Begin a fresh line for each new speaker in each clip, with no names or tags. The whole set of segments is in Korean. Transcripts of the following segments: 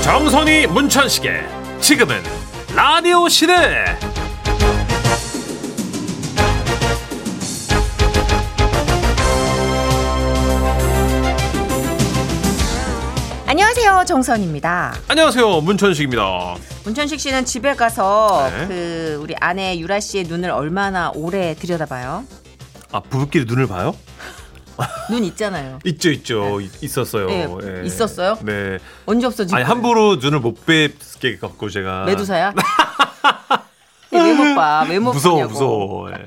정선이 문천식의 지금은 라디오 시대
안녕하세요 정선입니다.
안녕하세요 문천식입니다
문천식 씨는 집에 가서
네.
그 우리 아내 유라 씨의 눈을 얼마나 오래 들여다봐요?
아 부부끼리 눈을 봐요?
눈 있잖아요.
있죠 있죠 있- 있었어요 예.
네, 있었어요?
네
언제 없어지고?
아니 함부로 눈을 못 뵙게 갖고 제가
매두사야? 왜못 봐? 왜못
아. 무서워
보냐고.
무서워 예.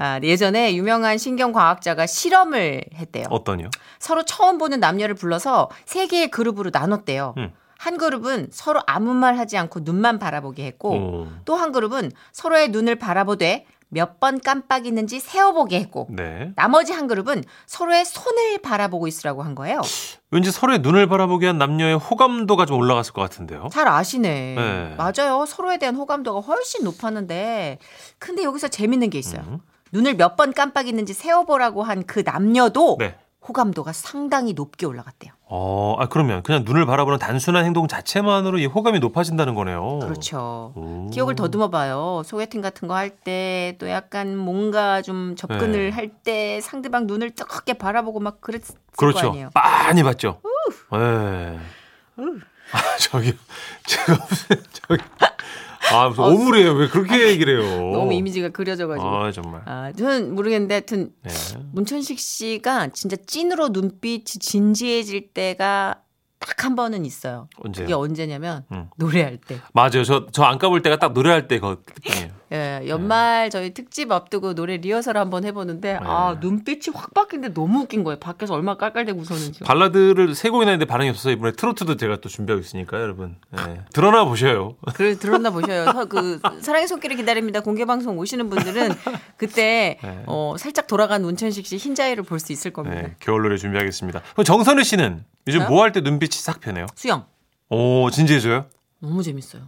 아, 예전에 유명한 신경과학자가 실험을 했대요.
어떠냐
서로 처음 보는 남녀를 불러서 세 개의 그룹으로 나눴대요.
음.
한 그룹은 서로 아무 말 하지 않고 눈만 바라보게
어.
했고
음.
또 한 그룹은 서로의 눈을 바라보되 몇 번 깜빡이는지 세어보게 했고
네
나머지 한 그룹은 서로의 손을 바라보고 있으라고 한 거예요.
왠지 서로의 눈을 바라보게 한 남녀의 호감도가 좀 올라갔을 것 같은데요
잘 아시네.
네.
맞아요. 서로에 대한 호감도가 훨씬 높았는데 근데 여기서 재밌는 게 있어요.
음.
눈을 몇 번 깜빡이는지 세어보라고 한 그 남녀도
네.
호감도가 상당히 높게 올라갔대요.
어, 아 그러면 그냥 눈을 바라보는 단순한 행동 자체만으로 이 호감이 높아진다는 거네요. 음.
그렇죠.
어. 오.
기억을 더듬어 봐요. 소개팅 같은 거 할 때 또 약간 뭔가 좀 접근을
네.
할 때 상대방 눈을 뜨겁게 바라보고 막 그랬을 거
그렇죠.
아니에요.
많이 봤죠. 예. 아, 저기 제가 무슨 저기 아 무슨 오물이에요. 왜 그렇게 얘기를 해요?
어, 너무 이미지가 그려져가지고.
아 정말.
아, 저는 모르겠는데 하여튼
네.
문천식 씨가 진짜 찐으로 눈빛이 진지해질 때가 딱 한 번은 있어요.
언제요?
그게 언제냐면
네. 음.
노래할 때.
맞아요. 저 저 안 까볼 때가 딱 노래할 때 그때예요.
예, 연말 저희 특집 앞두고 노래 리허설 한번 해보는데 아
네.
눈빛이 확 바뀌는데 너무 웃긴 거예요. 밖에서 얼마나 깔깔대고 웃었는지.
발라드를 세 곡이나 했는데 반응이 없어서 이번에 트로트도 제가 또 준비하고 있으니까 여러분 예. 드러나 보셔요.
그래 들었나 보셔요. 서- 그 사랑의 손길을 기다립니다. 공개 방송 오시는 분들은 그때
네.
어, 살짝 돌아간 문천식 씨 흰자위를 볼 수 있을 겁니다.
네, 겨울 노래 준비하겠습니다. 그럼 정선우 씨는 요즘
저요?
뭐 할 때 눈빛이 싹 변해요?
수영
오 진지해져요?
너무 재밌어요.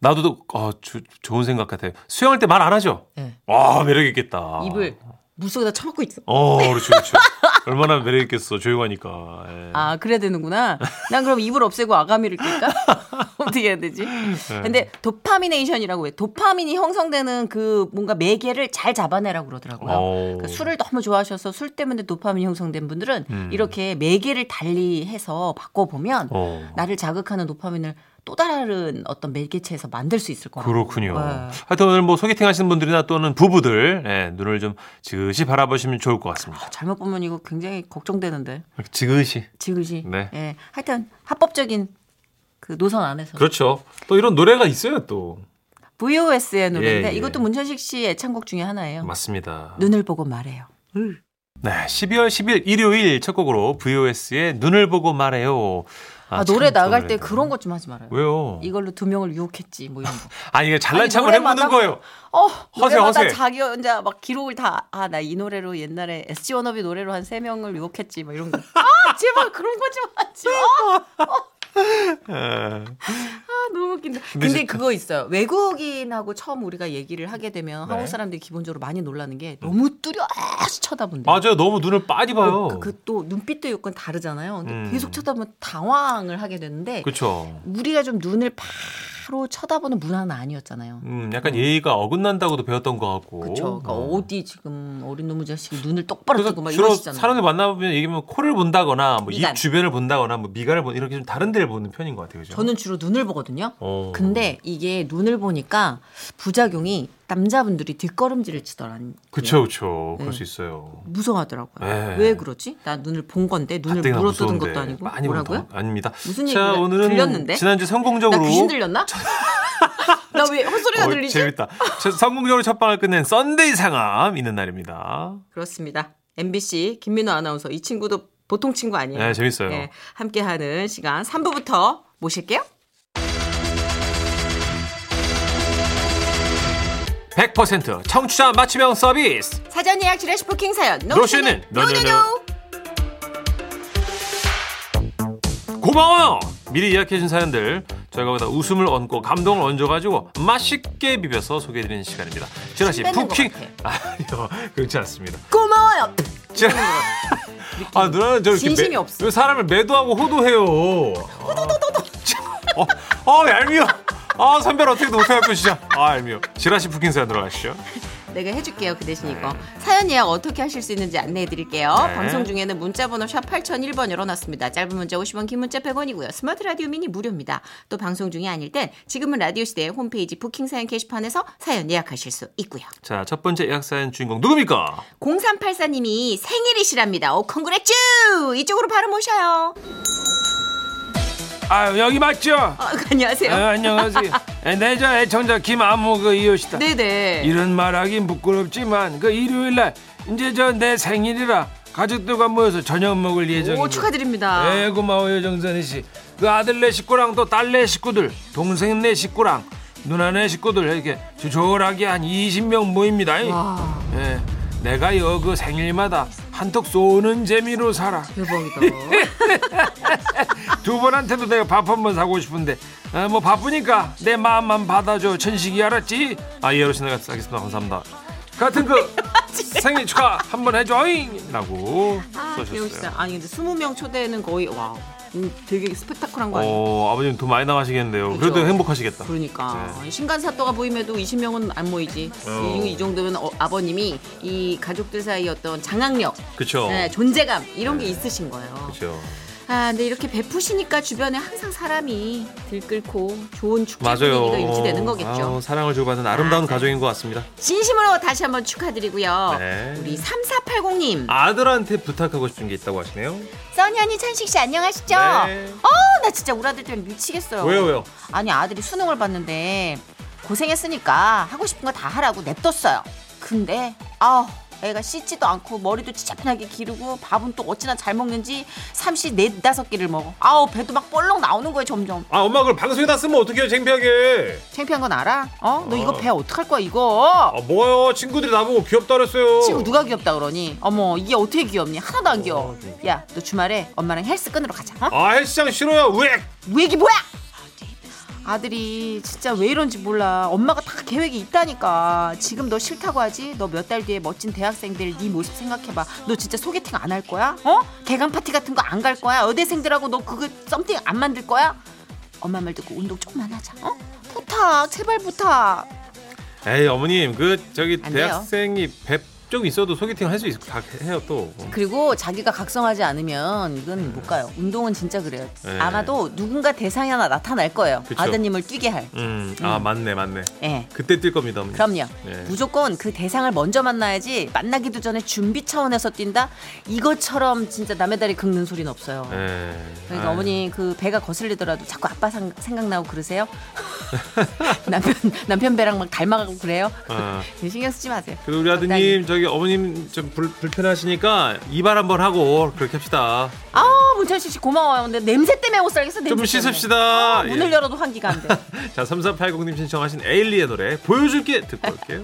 나도 또- 어, 주- 좋은 생각 같아요. 수영할 때 말 안 하죠?
네.
와 매력 있겠다.
입을 물 속에다 처먹고 있어.
어 그렇죠 그렇죠. 얼마나 매력 있겠어 조용하니까. 예.
아 그래야 되는구나. 난 그럼 입을 없애고 아가미를 낄까? 어떻게 해야 되지?
예.
근데 도파미네이션이라고 해. 도파민이 형성되는 그 뭔가 매개를 잘 잡아내라고 그러더라고요.
오.
그러니까 술을 너무 좋아하셔서 술 때문에 도파민이 형성된 분들은 이렇게 매개를 달리해서 바꿔보면
음. 어.
나를 자극하는 도파민을 또 다른 어떤 매개체에서 만들 수 있을 거예요.
그렇군요.
네.
하여튼 오늘 뭐 소개팅 하시는 분들이나 또는 부부들 예, 눈을 좀 지그시 바라보시면 좋을 것 같습니다.
잘못 보면 이거 굉장히 걱정되는데
지그시.
지그시.
네.
예. 하여튼 합법적인 그 노선 안에서.
그렇죠. 또 이런 노래가 있어요 또.
VOS의 노래인데
예, 예.
이것도 문천식 씨 애창곡 중에 하나예요.
맞습니다.
네. 눈을 보고 말해요.
네, 12월 10일 일요일 첫 곡으로 VOS의 눈을 보고 말해요.
아,
참
노래 나갈
좋은
때
노래다.
그런 것 좀 하지 말아요.
왜요?
이걸로 두 명을 유혹했지 뭐 이런 거.
아니 이게 잘난
아니,
척을
노래만
해보는
하고-
거예요.
어,
허세,
노래마다
허세.
자기 혼자 막 기록을 다 아 나 이 노래로 옛날에 SG 워너비 노래로 한 세 명을 유혹했지 뭐 이런 거. 아 제발 그런 거지 마지. 아
예.
너무 웃긴다.
근데
근데
진짜-
그거 있어요. 외국인하고 처음 우리가 얘기를 하게 되면
네.
한국 사람들이 기본적으로 많이 놀라는 게 너무 뚜렷이 쳐다본대.
맞아요. 너무 눈을 빠지 봐요.
그, 그 또 눈빛도 요건 다르잖아요. 근데
음.
계속 쳐다보면 당황을 하게 되는데
그렇죠.
우리가 좀 눈을 바로 쳐다보는 문화는 아니었잖아요.
음, 약간 예의가 어긋난다고도 배웠던 것 같고.
그렇죠. 그러니까
어.
어. 디 지금 어린 놈의 자식이 눈을 똑바로
그래서
뜨고 막
주로
이러시잖아요.
사람들 만나보면 얘기하면 코를 본다거나 뭐
미간.
입 주변을 본다거나 뭐 미간을 본 이렇게 좀 다른 데를 보는 편인 것 같아요. 그죠?
저는 주로 눈을 보거든요.
어.
근데 이게 눈을 보니까 부작용이 남자분들이 뒷걸음질을 치더라니.
그쵸 그쵸 그럴
네.
수 있어요.
무서워하더라고요.
네.
왜 그러지? 나 눈을 본 건데 눈을
가뜩이나
물어뜯은
아, 무서운데.
것도 아니고
많이
뭐라고요?
보면 더- 아닙니다.
무슨
자
얘기가
오늘은
들렸는데?
지난주
나
성공적으로
귀신 들렸나? 나 왜 헛소리가
어,
들리지?
재밌다. 저- 성공적으로 첫 방을 끝낸 썬데이 상암 있는 날입니다.
그렇습니다. MBC 김민호 아나운서 이 친구도 보통 친구 아니에요.
네, 재밌어요.
예, 함께하는 시간 3부부터 모실게요.
100% 청취자 맞춤형 서비스.
사전 예약 지라시 부킹 사연
노쇼는
노쇼는
노노노.
노노노
고마워요. 미리 예약해준 사연들 저희가 보다 웃음을 얹고 감동을 얹어가지고 맛있게 비벼서 소개해드리는 시간입니다. 진아 씨
뺏는
푸킹
것
아니요 그렇지 않습니다.
고마워요.
진아 아 누나는 저 이렇게
진심이 없어.
왜 사람을 매도하고 호도해요. 호도도도도. 어, 어, 얄미워. 아, 선별 어떻게 못해갖고 진짜. 아, 얄미워. 지라시 푸킨 사연 들어가시죠.
내가 해줄게요. 그 대신
네.
이거. 사연 예약 어떻게 하실 수 있는지 안내해드릴게요.
네.
방송 중에는 문자번호 샵 8001번 열어놨습니다. 짧은 문자 50원, 긴 문자 100원이고요. 스마트 라디오 미니 무료입니다. 또 방송 중이 아닐 땐 지금은 라디오 시대의 홈페이지 부킹 사연 게시판에서 사연 예약하실 수 있고요.
자, 첫 번째 예약 사연 주인공 누굽니까?
0384님이 생일이시랍니다. 오, 콩그레쭈! 이쪽으로 바로 모셔요.
아, 여기 맞죠? 아,
어, 안녕하세요.
안녕하세요. 네, 내저 애청자 김아무 그 이웃이다.
네네.
이런 말하긴 부끄럽지만 그 일요일 날 이제 저 내 생일이라 가족들과 모여서 저녁 먹을 예정입니다.
오, 축하드립니다.
예, 고마워요 정선희 씨. 그 아들네 식구랑 또 딸네 식구들, 동생네 식구랑 누나네 식구들 이렇게 조촐하게 한 20명 모입니다.
와,
예, 내가 여그 생일마다 한턱 쏘는 재미로 살아.
대박이다.
네. 두 분한테도 내가 밥 한 번 사고 싶은데 아, 뭐 바쁘니까 내 마음만 받아줘 천식이 알았지? 아 예, 어르신 알겠습니다. 감사합니다. 같은 그 생일 축하 한 번 해줘잉! 라고
아, 기억
써주셨어요.
아니 근데 20명 초대는 거의 와. 음, 되게 스펙타클한 거 아니에요?
어, 아버님 돈 많이 나가시겠는데요. 그래도
그죠?
행복하시겠다. 네.
그러니까 신간사또가 보임에도 20명은 안 모이지.
어.
이, 이 정도면 어, 아버님이 이 가족들 사이 어떤 장악력,
그쵸.
네, 존재감 이런 게 있으신 거예요.
그렇죠.
아, 근데 이렇게 베푸시니까 주변에 항상 사람이 들끓고 좋은 축제
맞아요. 어,
분위기가 유지되는 거겠죠.
아우, 사랑을 주고받는 아름다운 가족인 것 같습니다.
진심으로 다시 한번 축하드리고요.
네.
우리 3480님,
아들한테 부탁하고 싶은 게 있다고 하시네요.
써니 언니 찬식 씨 안녕하시죠?
네.
어, 나 진짜 우리 아들 때문에 미치겠어요.
왜요, 왜요?
아니 아들이 수능을 봤는데 고생했으니까 하고 싶은 거 다 하라고 냅뒀어요. 근데 아우 애가 씻지도 않고 머리도 찌푸하게 기르고 밥은 또 어찌나 잘 먹는지 삼시 네 다섯 개를 먹어. 아우 배도 막 볼록 나오는 거예요 점점.
아 엄마 그걸 방송에다 쓰면 어떡해요 창피하게.
창피한 건 알아? 어? 너 이거
어.
배 어떡할 거야 이거?
아 뭐요 친구들이 나보고 귀엽다 그랬어요.
친구 누가 귀엽다 그러니? 어머 이게 어떻게 귀엽니? 하나도 안 귀여워. 야 너 주말에 엄마랑 헬스 끊으러 가자. 어?
아 헬스장 싫어요. 왜?
왜 이게 뭐야? 아들이 진짜 왜 이런지 몰라. 엄마가 다 계획이 있다니까. 지금 너 싫다고 하지? 너 몇 달 뒤에 멋진 대학생들 네 모습 생각해봐. 너 진짜 소개팅 안 할 거야? 어? 개강 파티 같은 거 안 갈 거야? 여대생들하고 너 그거 썸띵 안 만들 거야? 엄마 말 듣고 운동 조금만 하자. 어? 부탁, 제발 부탁.
에이 어머님 그 저기
안 돼요.
대학생이 뵙좀 있어도 소개팅 할 수 있을 다 해요 또.
그리고 자기가 각성하지 않으면 이건 못 가요. 운동은 진짜 그래요.
네.
아마도 누군가 대상이 하나 나타날 거예요.
그쵸.
아드님을 뛰게 할.
음아 맞네 맞네.
예.
그때 뛸 겁니다 어머니.
그럼요.
네.
무조건 그 대상을 먼저 만나야지 만나기도 전에 준비 차원에서 뛴다? 이것처럼 진짜 남의 다리 긁는 소리는 없어요.
예.
그러니까
아,
어머니 그 배가 거슬리더라도 자꾸 아빠 상- 생각나고 그러세요? 남편 남편 배랑 막 닮아가고 그래요?
아.
신경 쓰지 마세요.
그래도 우리
네.
아드님 저기 어머님 좀 불, 불편하시니까 이발 한번 하고 그렇게 합시다.
아우 어, 문철식 씨 고마워요. 근데 냄새 때문에 못 살겠어.
좀
냄새
씻읍시다.
때문에. 문을
예.
열어도 환기가 안 돼.
자, 3380님 신청하신 에일리의 노래 보여줄게 듣고 올게요.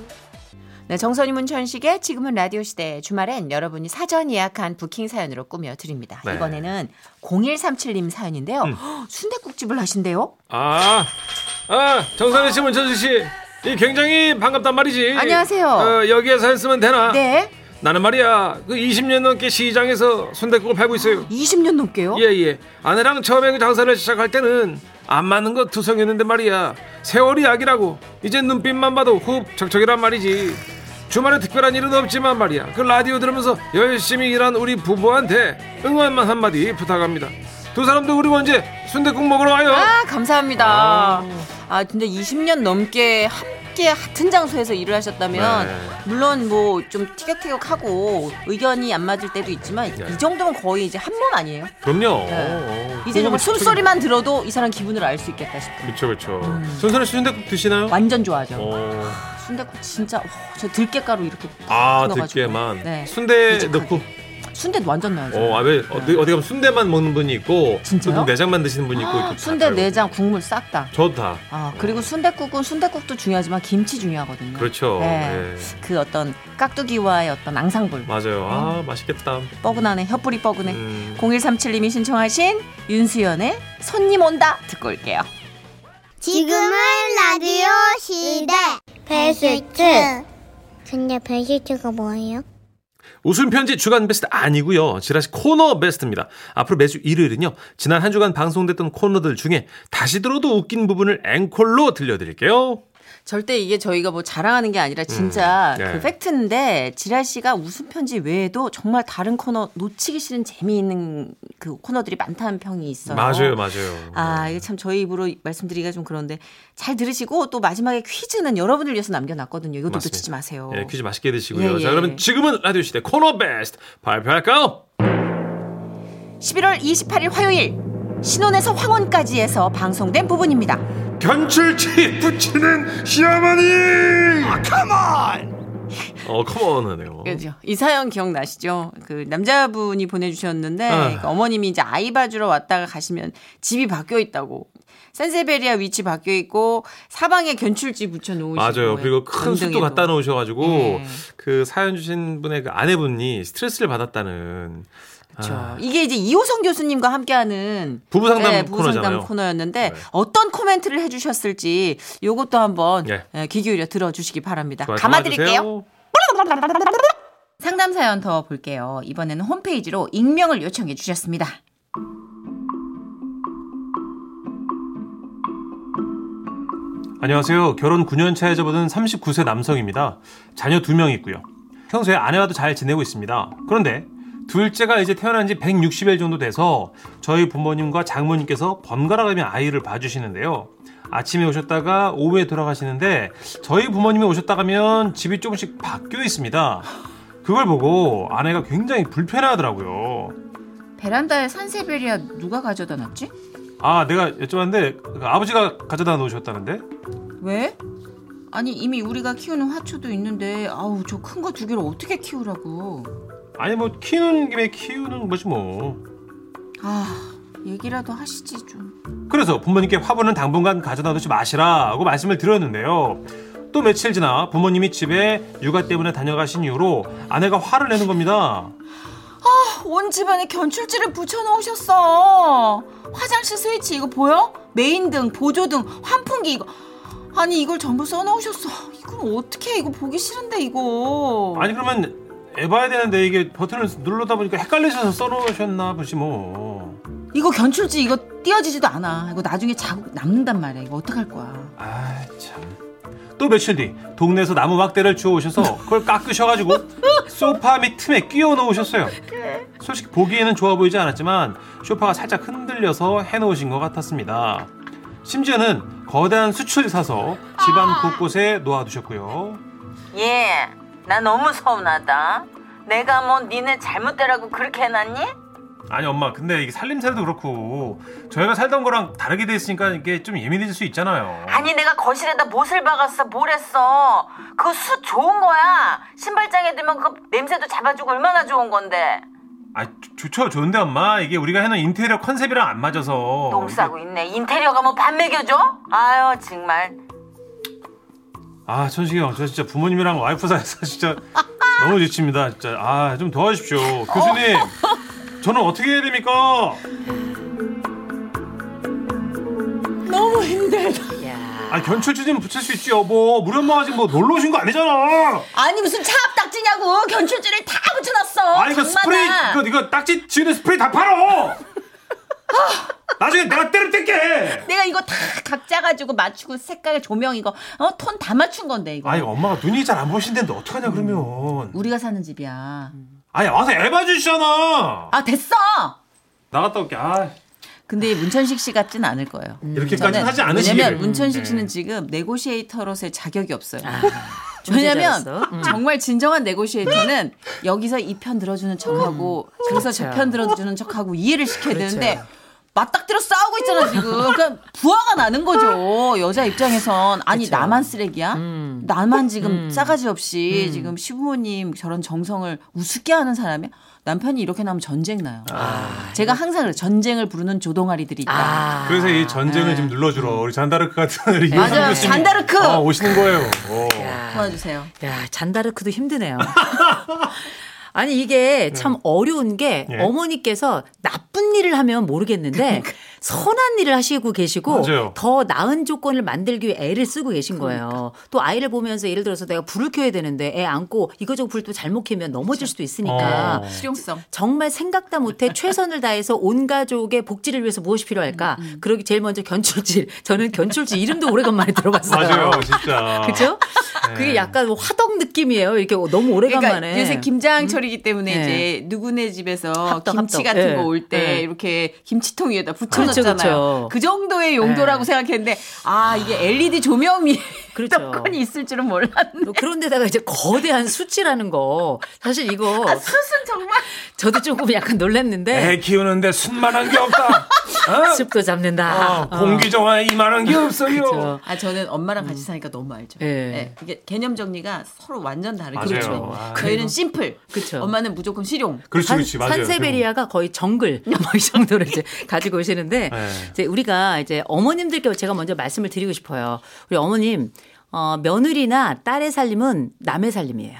네, 정선이 문천식의 지금은 라디오 시대 주말엔 여러분이 사전 예약한 부킹 사연으로 꾸며 드립니다.
네. 음.
이번에는 0137님 사연인데요. 순댓국집을 하신대요?
아, 아 정선희 씨, 문천수 씨, 이 굉장히 반갑단 말이지.
안녕하세요.
어, 여기에서 했으면 되나?
네.
나는 말이야, 그 20년 넘게 시장에서 순대국을 팔고 있어요.
20년 넘게요?
예예. 아내랑 처음에 그 장사를 시작할 때는 안 맞는 거 투성이었는데 말이야. 세월이 약이라고. 이제 눈빛만 봐도 호흡 적적이란 말이지. 주말에 특별한 일은 없지만 말이야. 그 라디오 들으면서 열심히 일한 우리 부부한테 응원만 한마디 부탁합니다. 두 사람도 우리 언제 순대국 먹으러 와요.
아, 감사합니다. 아, 근데 20년 넘게 함께 같은 장소에서 일을 하셨다면
네.
물론 뭐 좀 티격태격하고 의견이 안 맞을 때도 있지만
네.
이 정도면 거의 이제 한 몸 아니에요?
그럼요. 어,
네. 이제 정말 숨소리만 음. 들어도 이 사람 기분을 알 수 있겠다 싶어요.
그렇죠 그렇죠. 손선우 씨 순대국 드시나요?
완전 좋아하죠.
어.
순대국 진짜 와, 저 들깨가루 이렇게
아
넣어가지고.
듣기에만
네.
순대
큼직하게.
넣고
순대 완전 넣어야죠.
어, 아, 왜, 어디, 어디 가면 순대만 먹는 분이 있고,
네. 진짜요? 아,
또 내장만 드시는 분이 있고, 이렇게
순대 네.
다
내장 국물 싹 다.
저도 다.
아 그리고 순대국은 순대국도 중요하지만 김치 중요하거든요.
그렇죠.
네.
예.
그 어떤 깍두기와의 어떤 앙상블
맞아요. 아, 맛있겠다.
음. 뻐근하네 혀뿌리 뻐근해.
음.
0137님이 신청하신 윤수연의 손님 온다 듣고 올게요.
지금은 라디오 시대. 배스트. 근데 배스트가 뭐예요?
웃음 편지 주간 베스트 아니고요. 지라시 코너 베스트입니다. 앞으로 매주 일요일은요. 지난 한 주간 방송됐던 코너들 중에 다시 들어도 웃긴 부분을 앵콜로 들려드릴게요.
어. 절대 이게 저희가 뭐 자랑하는 게 아니라 진짜
음, 네.
그 팩트인데 지랄 씨가 웃음 편지 외에도 정말 다른 코너 놓치기 싫은 재미있는 그 코너들이 많다는 평이 있어요.
맞아요, 맞아요.
아, 이게 참 저희 입으로 말씀드리기가 좀 그런데 잘 들으시고 또 마지막에 퀴즈는 여러분을 위해서 남겨놨거든요. 이것도
맞습니다.
놓치지 마세요.
예, 퀴즈 맛있게 드시고요.
어. 예,
자,
예.
그러면 지금은 라디오 시대 코너 베스트 발표할까요?
11월 28일 화요일 신혼에서 황혼까지에서 방송된 부분입니다.
견출치 붙이는 시어머니. 아, 컴온. 어, 컴온하네요.
그죠. 이 사연 기억나시죠? 그 남자분이 보내주셨는데
아.
그 어머님이 이제 아이 봐주러 왔다가 가시면 집이 바뀌어 있다고. 산세베리아 위치 바뀌어 있고 사방에 견출지 붙여 놓으시고
맞아요. 그리고 큰 숯도 갖다 놓으셔가지고
네.
그 사연 주신 분의 그 아내분이 스트레스를 받았다는
그렇죠.
아,
이게 이제 이호성 교수님과 함께하는
부부 상담
네, 부부 상담
코너잖아요.
코너였는데
네.
어떤 코멘트를 해주셨을지 요것도 한번
예.
예, 귀 기울여 들어주시기 바랍니다.
좋아요.
감아드릴게요.
도와주세요.
상담 사연 더 볼게요. 이번에는 홈페이지로 익명을 요청해 주셨습니다.
안녕하세요. 결혼 9년 차에 접어든 39세 남성입니다. 자녀 2명 있고요. 평소에 아내와도 잘 지내고 있습니다. 그런데 둘째가 이제 태어난 지 160일 정도 돼서 저희 부모님과 장모님께서 번갈아가며 아이를 봐주시는데요. 아침에 오셨다가 오후에 돌아가시는데 저희 부모님이 오셨다 가면 집이 조금씩 바뀌어 있습니다. 그걸 보고 아내가 굉장히 불편해하더라고요.
베란다에 산세베리아 누가 가져다 놨지?
아, 내가 여쭤봤는데 그 아버지가 가져다 놓으셨다는데?
왜? 아니 이미 우리가 키우는 화초도 있는데 아우 저 큰 거 두 개를 어떻게 키우라고?
아니 뭐 키우는 김에 키우는 거지 뭐.
아 얘기라도 하시지 좀.
그래서 부모님께 화분은 당분간 가져다 놓지 마시라고 말씀을 드렸는데요. 또 며칠 지나 부모님이 집에 육아 때문에 다녀가신 이후로 아내가 화를 내는 겁니다.
온 집안에 견출지를 붙여놓으셨어. 화장실 스위치 이거 보여? 메인등, 보조등, 환풍기 이거. 아니 이걸 전부 써놓으셨어. 이건 어떻게 이거 보기 싫은데 이거.
아니 그러면 해봐야 되는데 이게 버튼을 누르다 보니까 헷갈리셔서 써놓으셨나 보지 뭐.
이거 견출지 이거 띄어지지도 않아. 이거 나중에 자국 남는단 말이야. 이거 어떡할 거야.
아 참. 또 며칠 뒤 동네에서 나무 막대를 주워 오셔서 그걸 깎으셔가지고 소파 밑 틈에 끼워 놓으셨어요. 솔직히 보기에는 좋아 보이지 않았지만 소파가 살짝 흔들려서 해놓으신 것 같았습니다. 심지어는 거대한 수출 사서 집안 곳곳에 놓아두셨고요.
예, 나 너무 서운하다. 내가 뭐 니네 잘못되라고 그렇게 해놨니?
아니 엄마 근데 이게 살림살이도 그렇고 저희가 살던 거랑 다르게 돼 있으니까 이게 좀 예민해질 수 있잖아요.
아니 내가 거실에다 못을 박았어, 뭘 했어. 그 숯 좋은 거야. 신발장에 들면 그 냄새도 잡아주고 얼마나 좋은 건데.
아 좋죠 좋은데 엄마 이게 우리가 해놓은 인테리어 컨셉이랑 안 맞아서
똥 싸고 있네. 인테리어가 뭐 밥 먹여줘? 아유 정말.
아 천식이 형 저 진짜 부모님이랑 와이프 사이에서 진짜 너무 지칩니다 진짜 아 좀 도와주십시오 교수님 저는 어떻게 해야 됩니까 아 견출지 좀 붙일 수 있지 여보 우리 엄마가 지금 뭐 놀러 오신 거 아니잖아
어,
아니 무슨 차압딱지냐고 견출지를 다 붙여놨어.
아니 이거 스프레이 그 이거 이거 딱지 지우는 스프레이 다 팔어 나중에 내가 때려 뗄게
내가 이거 다 각자 가지고 맞추고 색깔 조명 이거 어, 톤 다 맞춘 건데 이거.
아니 엄마가 눈이 잘 안 보신다는데 어떡하냐 그러면
우리가 사는 집이야.
아니 와서 에바 주시잖아
아 됐어.
나갔다 올게 아
근데 문천식 씨 같진 않을 거예요.
이렇게까지
저는
그러니까 하지 않으시길
왜냐면 문천식
네.
씨는 지금 네고시에이터로서의 자격이 없어요. 왜냐면 정말 진정한 네고시에이터는 여기서 이 편 들어주는 척하고 음. 그래서 저 편 들어주는 척하고 이해를 시켜야 되는데 맞닥뜨려 싸우고 있잖아 지금. 그러니까 부화가 나는 거죠. 여자 입장에선 아니 나만 쓰레기야? 나만 지금 싸가지 없이 지금 시부모님 저런 정성을 우습게 하는 사람이 남편이 이렇게 나면 전쟁 나요. 제가 항상 그래 전쟁을 부르는 아, 조동아리들이 있다.
그래서
아,
이 전쟁을
네.
지금 눌러주러 우리 잔다르크 같은 우리 이호선
맞아요.
교수님.
잔다르크!
어, 오시는 거예요. 어.
도와주세요.
야, 잔다르크도 힘드네요. 아니 이게 참 어려운 게
예. 그러니까.
어머니께서 나쁜 일을 하면 모르겠는데 선한 일을 하시고 계시고
맞아요.
더 나은 조건을 만들기 위해 애를 쓰고 계신
그러니까.
거예요. 또 아이를 보면서 예를 들어서 내가 불을 켜야 되는데 애 안고 이거저거 불도 잘못 켜면 넘어질 수도 있으니까
어.
실용성.
정말 생각다 못해 최선을 다해서 온 가족의 복지를 위해서 무엇이 필요할까?
음,
그러기 제일 먼저 견출질. 저는 견출질 이름도 오래간만에 들어봤어요.
맞아요, 네. 진짜.
그죠? 그게 약간 뭐 화덕 느낌이에요. 이렇게 너무 오래간만에.
그러니까 요새 김장철이기 때문에
네.
이제 누구네 집에서
합덕,
김치
합덕.
같은
네.
거 올 때
네.
이렇게 김치통 위에다 붙여
그렇죠,
놓잖아요.
그렇죠.
그 정도의 용도라고
네.
생각했는데 아 이게 LED 조명이
그렇죠.
떡건이 있을 줄은 몰랐네.
또뭐 그런 데다가 이제 거대한 수치라는 거. 사실 이거
숯은 정말
저도 조금 약간 놀랐는데
애 키우는데 순만한 게 없다. 어?
습도 잡는다.
어, 공기 정화에 이만한 게 없어요.
아, 그렇죠.
아 저는 엄마랑 같이 사니까 너무 알죠.
예.
예, 이게 개념 정리가 서로 완전 다르죠.
맞아요. 아,
저희는 심플.
그쵸.
엄마는 무조건 실용.
그렇지,
산-
그렇지, 맞아요.
산세베리아가 거의 정글 뭐 이 정도로 이제 가지고 오시는데
네.
이제 우리가 이제 어머님들께 제가 먼저 말씀을 드리고 싶어요. 우리 어머님 어, 며느리나 딸의 살림은 남의 살림이에요.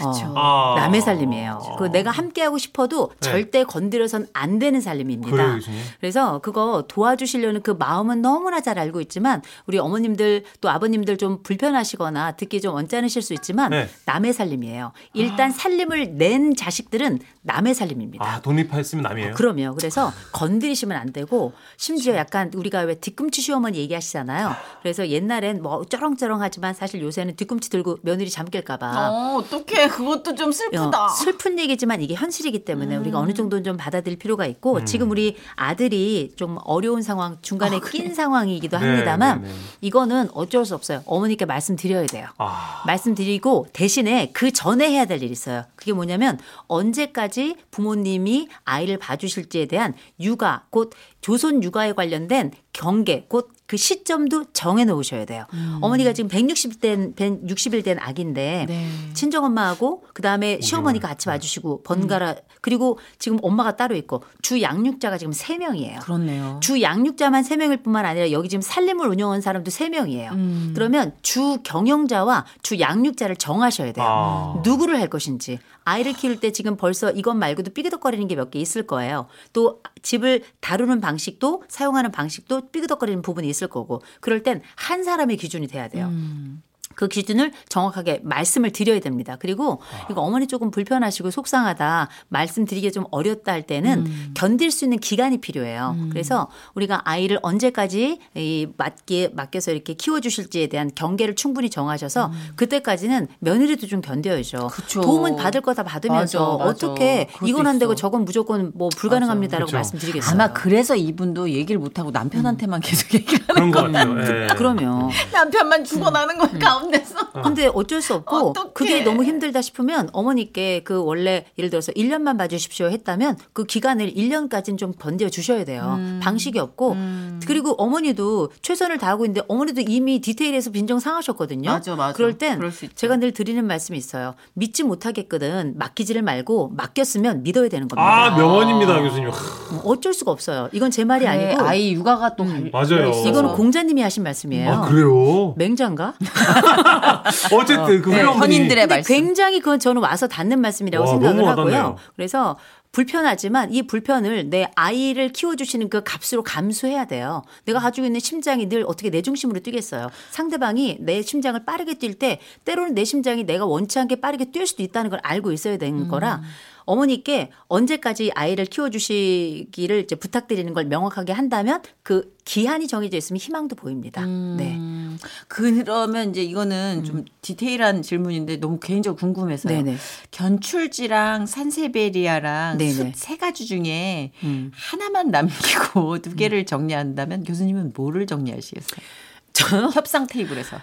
어,
그쵸.
아.
남의 살림이에요. 그 내가 함께하고 싶어도
네.
절대 건드려선 안 되는 살림입니다.
그래요, 교수님.
그래서 그거 도와주시려는 그 마음은 너무나 잘 알고 있지만 우리 어머님들 또 아버님들 좀 불편하시거나 듣기 좀 언짢으실 수 있지만
네.
남의 살림이에요. 일단 살림을 낸 자식들은 남의 살림입니다.
아, 독립했으면 남이에요. 아.
그럼요. 그래서 건드리시면 안 되고 심지어 약간 우리가 왜 뒤꿈치 시어머니 얘기하시잖아요. 그래서 옛날엔 뭐 쩌렁쩌렁하지만 사실 요새는 뒤꿈치 들고 며느리 잠길까봐
어 어떡해 그것도 좀 슬프다. 음.
어, 아. 슬픈 얘기지만 이게 현실이기 때문에 우리가 어느 정도는 좀 받아들일 필요가 있고
음.
지금 우리 아들이 좀 어려운 상황 중간에 낀 상황이기도
아, 네,
합니다만
네, 네.
이거는 어쩔 수 없어요. 어머니께 말씀드려야 돼요.
아,
말씀드리고 대신에 그 전에 해야 될 일이 있어요. 그게 뭐냐면 언제까지 부모님이 아이를 봐주실지에 대한 육아, 곧 조선 육아에 관련된 경계, 곧 그 시점도 정해 놓으셔야 돼요. 어머니가 지금 160일 된, 160일 된 아기인데
네.
친정 엄마하고 그 다음에 시어머니가 같이 봐주시고 번갈아 그리고 지금 엄마가 따로 있고 주 양육자가 지금 세 명이에요.
그렇네요.
주 양육자만 세명일 뿐만 아니라 여기 지금 살림을 운영하는 사람도 세명이에요 그러면 주 경영자와 주 양육자를 정하셔야 돼요.
아.
누구를 할 것인지. 아이를 키울 때 지금 벌써 이것 말고도 삐그덕거리는 게 몇 개 있을 거예요. 또 집을 다루는 방식도 사용하는 방식도 삐그덕거리는 부분이 있을 거고. 그럴 땐 한 사람의 기준이 돼야 돼요. 그 기준을 정확하게 말씀을 드려야 됩니다. 그리고
아.
이거 어머니 조금 불편하시고 속상하다 말씀드리기 좀 어렵다 할 때는
음.
견딜 수 있는 기간이 필요해요. 그래서 우리가 아이를 언제까지 이 맡기 맡겨서 이렇게 키워 주실지에 대한 경계를 충분히 정하셔서 그때까지는 며느리도 좀 견뎌야죠.
음. 그쵸.
도움은 받을 거 다 받으면서
맞아, 맞아.
어떻게
그것도
이건 안 되고
있어. 그렇죠.
저건 무조건 뭐 불가능합니다라고 음.
그쵸.
말씀드리겠어요.
아마 그래서 이분도 얘기를 못하고 남편한테만 계속 얘기를 하는
그런 것 같아요. 예.
음, 그럼요.
남편만 죽어나는
음.
거야 가운데서
근데 어쩔 수 없고
어떡해.
그게 너무 힘들다 싶으면 어머니께 그 원래 예를 들어서 1년만 봐주십시오 했다면 그 기간을 1년까지는 좀 번져 주셔야 돼요.
음.
방식이 없고 그리고 어머니도 최선을 다하고 있는데 어머니도 이미 디테일에서 빈정 상하셨거든요.
맞아, 맞아.
그럴 땐
그럴 수 있죠.
제가 늘 드리는 말씀이 있어요. 믿지 못하겠거든 맡기지를 말고 맡겼으면 믿어야 되는 겁니다.
아, 명언입니다, 교수님. 하,
어쩔 수가 없어요. 이건 제 말이 아니고
아이 육아가 또 음.
맞아요.
이거는 공자님이 하신 말씀이에요.
아, 그래요?
맹자인가?
어쨌든 그
네,
훌륭한 분이-
현인들의
근데
말씀
굉장히 그건 저는 와서 닿는 말씀이라고
와,
생각을
너무
하고요.
와닿네요.
그래서 불편하지만 이 불편을 내 아이를 키워주시는 그 값으로 감수해야 돼요. 내가 가지고 있는 심장이 늘 어떻게 내 중심으로 뛰겠어요. 상대방이 내 심장을 빠르게 뛸 때 때로는 내 심장이 내가 원치 않게 빠르게 뛸 수도 있다는 걸 알고 있어야 되는 거라 어머니께 언제까지 아이를 키워주시기를 이제 부탁드리는 걸 명확하게 한다면 그 기한이 정해져 있으면 희망도 보입니다. 네.
그러면 이제 이거는 좀 디테일한 질문인데 너무 개인적으로 궁금해서요.
음. 네네.
견출지랑 산세베리아랑
네네.
숯
음.
세 가지 중에 하나만 남기고 두 개를 정리한다면 교수님은 뭐를 정리하시겠어요?
저요?
협상 테이블에서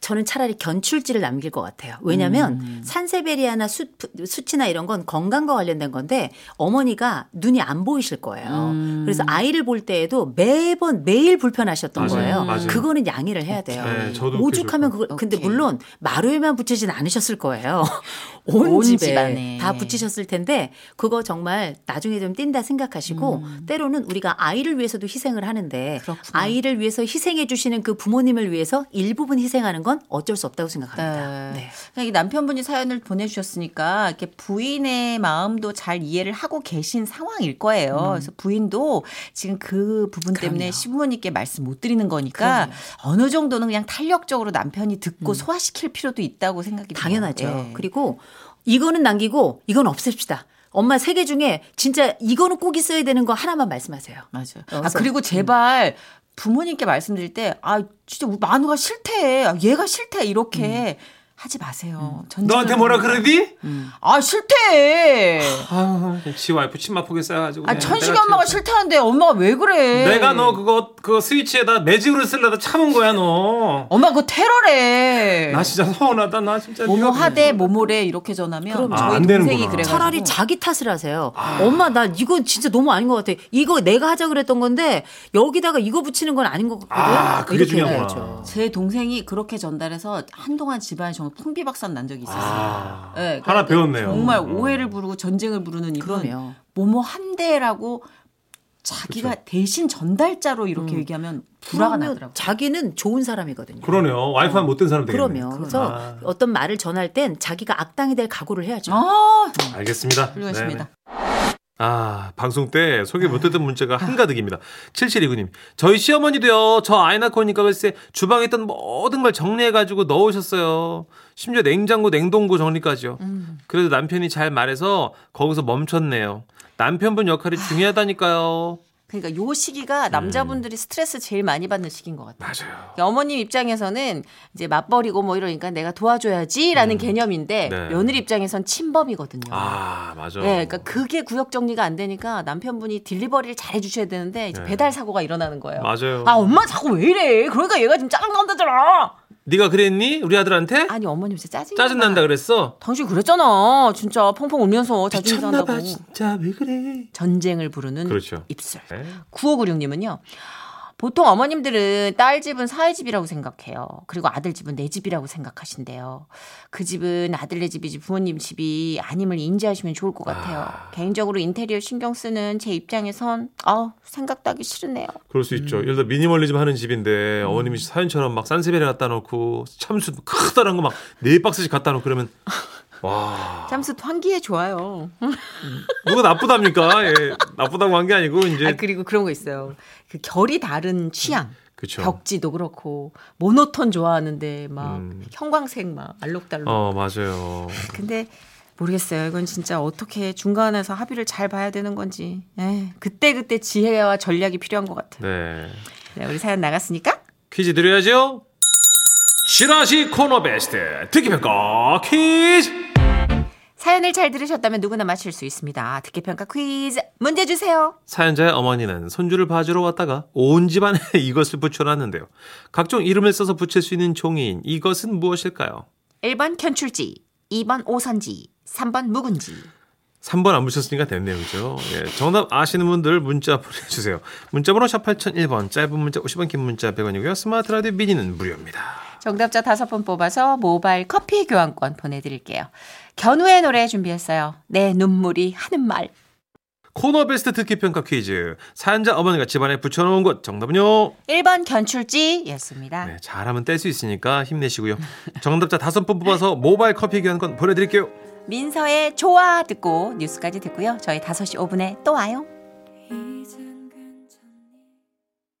저는 차라리 견출지를 남길 것 같아요.
음,
왜냐하면 산세베리아나 수, 수치나 이런 건 건강과 관련된 건데 어머니가 눈이 안 보이실 거예요.
음.
그래서 아이를 볼 때에도 매번 매일 불편하셨던
맞아요.
거예요.
맞아요.
그거는 양해를 해야 돼요.
네, 저도 그렇게
오죽하면 그걸 근데
오케이.
물론 마루에만 붙이진 않으셨을 거예요. 온,
온
집에
집안에.
다 붙이셨을 텐데 그거 정말 나중에 좀 뛴다 생각하시고
음.
때로는 우리가 아이를 위해서도 희생을 하는데
그렇죠.
네.
그렇구나.
아이를 위해서 희생해 주시는 그 부모님을 위해서 일부분 희생하는 건 어쩔 수 없다고 생각합니다. 네.
그러니까 이 남편분이 사연을 보내주셨으니까 이렇게 부인의 마음도 잘 이해를 하고 계신 상황일 거예요. 그래서 부인도 지금 그 부분 때문에
음. 그럼요.
시부모님께 말씀 못 드리는 거니까 어느 정도는 그냥 탄력적으로 남편이 듣고 소화시킬 필요도 있다고 생각이
음. 당연하죠.
돼요. 네.
그리고 이거는 남기고 이건 없앱시다. 엄마 세 개 중에 진짜 이거는 꼭 있어야 되는 거 하나만 말씀하세요.
맞아요. 아
그래서- 음.
그리고 제발 부모님께 말씀드릴 때 아 진짜 우리 만우가 싫대. 아, 얘가 싫대. 이렇게
음.
하지 마세요. 전
너한테 뭐라 그러디?
아 싫대.
아유,
네.
지 와이프 침마 포개 싸가지고.
아
그냥
천식이
내가
엄마가
지금-
싫다는데 엄마가 왜 그래?
내가 너 그거 그 스위치에다 매직으로 쓰려다 참은 거야 너.
엄마 그거 테러래.
나 진짜 서운하다 나 진짜.
모모
네가
하대 모모래 이렇게 전하면
그럼요.
저희
아, 안
동생이
되는구나.
그래.
차라리 자기 탓을 하세요. 엄마 나 이건 진짜 너무 아닌 것 같아. 이거 내가 하자 그랬던 건데 여기다가 이거 붙이는 건 아닌 것 같거든.
아, 그게
이렇게
중요하구나.
해야죠.
제 동생이 그렇게 전달해서 한동안 집안에 정말 풍비박산 난 적이 있었어요.
아,
예, 그러니까
하나 배웠네요.
정말
음.
오해를 부르고 전쟁을 부르는 이분
그럼요.
모모 한 대라고 자기가
그렇죠.
대신 전달자로 이렇게 얘기하면 불화가
그러면
나더라고요.
자기는 좋은 사람이거든요.
그러네요. 와이프만 못된 사람 되겠네.
그럼요. 그래서
아.
어떤 말을 전할 땐 자기가 악당이 될 각오를 해야죠.
아,
네, 알겠습니다.
훌륭하십니다.
네네. 아, 방송 때 소개 못했던 문자가 한가득입니다. 7729님, 저희 시어머니도요, 저 아이 낳고 오니까 글쎄 주방에 있던 모든 걸 정리해가지고 넣으셨어요. 심지어 냉장고, 냉동고 정리까지요.
음.
그래도 남편이 잘 말해서 거기서 멈췄네요. 남편분 역할이 중요하다니까요.
그러니까 요
네.
시기가 남자분들이 스트레스 제일 많이 받는 시기인 것 같아요.
맞아요.
그러니까 어머님 입장에서는 이제 맞벌이고 뭐 이러니까 내가 도와줘야지라는 개념인데
네.
며느리 입장에선 침범이거든요.
아, 맞아.
네, 그러니까 그게 구역 정리가 안 되니까 남편분이 딜리버리를 잘 해주셔야 되는데 이제
네.
배달 사고가 일어나는 거예요.
맞아요.
아 엄마 자꾸 왜 이래? 그러니까 얘가 지금 짜증 난다잖아.
네가 그랬니? 우리 아들한테?
아니 어머님 진짜 짜증
짜증 난다 그랬어.
당신 그랬잖아. 진짜 펑펑 울면서 자존심 상한다고 음.
미쳤나봐 진짜 왜 그래?
전쟁을 부르는
그렇죠.
입술.
네.
9596님은요. 보통 어머님들은 딸 집은 사회 집이라고 생각해요. 그리고 아들 집은 내 집이라고 생각하신대요. 그 집은 아들네 집이지 부모님 집이 아님을 인지하시면 좋을 것 같아요. 개인적으로 인테리어 신경 쓰는 제 입장에선 아 생각 나기 싫으네요.
그럴 수
음.
있죠. 예를 들어 미니멀리즘 하는 집인데 어머님이 사연처럼 막 산세베리아 갖다 놓고 참수 크다란 거 막 네 박스씩 갖다 놓고 그러면 와
잠수 환기에 좋아요.
누가 나쁘답니까? 예, 나쁘다고 한 게 아니고 이제
아 그리고 그런 거 있어요. 그 결이 다른 취향.
그렇죠.
벽지도 그렇고 모노톤 좋아하는데 막
음.
형광색 막 알록달록.
어 맞아요.
근데 모르겠어요. 이건 진짜 어떻게 중간에서 합의를 잘 봐야 되는 건지. 에 그때 그때 지혜와 전략이 필요한 것 같아요.
네
네, 우리 사연 나갔으니까
퀴즈 드려야죠. 지라시 코너 베스트 특기 평가 퀴즈.
사연을 잘 들으셨다면 누구나 맞힐 수 있습니다. 듣기 평가 퀴즈 문제 주세요.
사연자의 어머니는 손주를 봐주러 왔다가 온 집안에 이것을 붙여놨는데요. 각종 이름을 써서 붙일 수 있는 종이인 이것은 무엇일까요?
1번 견출지, 2번 오선지, 3번 묵은지.
3번 안 붙였으니까 됐네요. 그죠? 예, 정답 아시는 분들 문자 보내주세요. 문자번호 샵 8001번, 짧은 문자 50원, 긴 문자 100원이고요. 스마트 라디오 미니는 무료입니다.
정답자 5분 뽑아서 모바일 커피 교환권 보내드릴게요. 견우의 노래 준비했어요. 내 눈물이 하는 말.
코너 베스트 듣기 평가 퀴즈. 사연자 어머니가 집안에 붙여놓은 곳 정답은요.
1번 견출지였습니다.
네, 잘하면 뗄 수 있으니까 힘내시고요. 정답자 5분 뽑아서 모바일 커피 교환권 보내드릴게요.
민서의 좋아 듣고 뉴스까지 듣고요. 저희 5시 5분에 또 와요.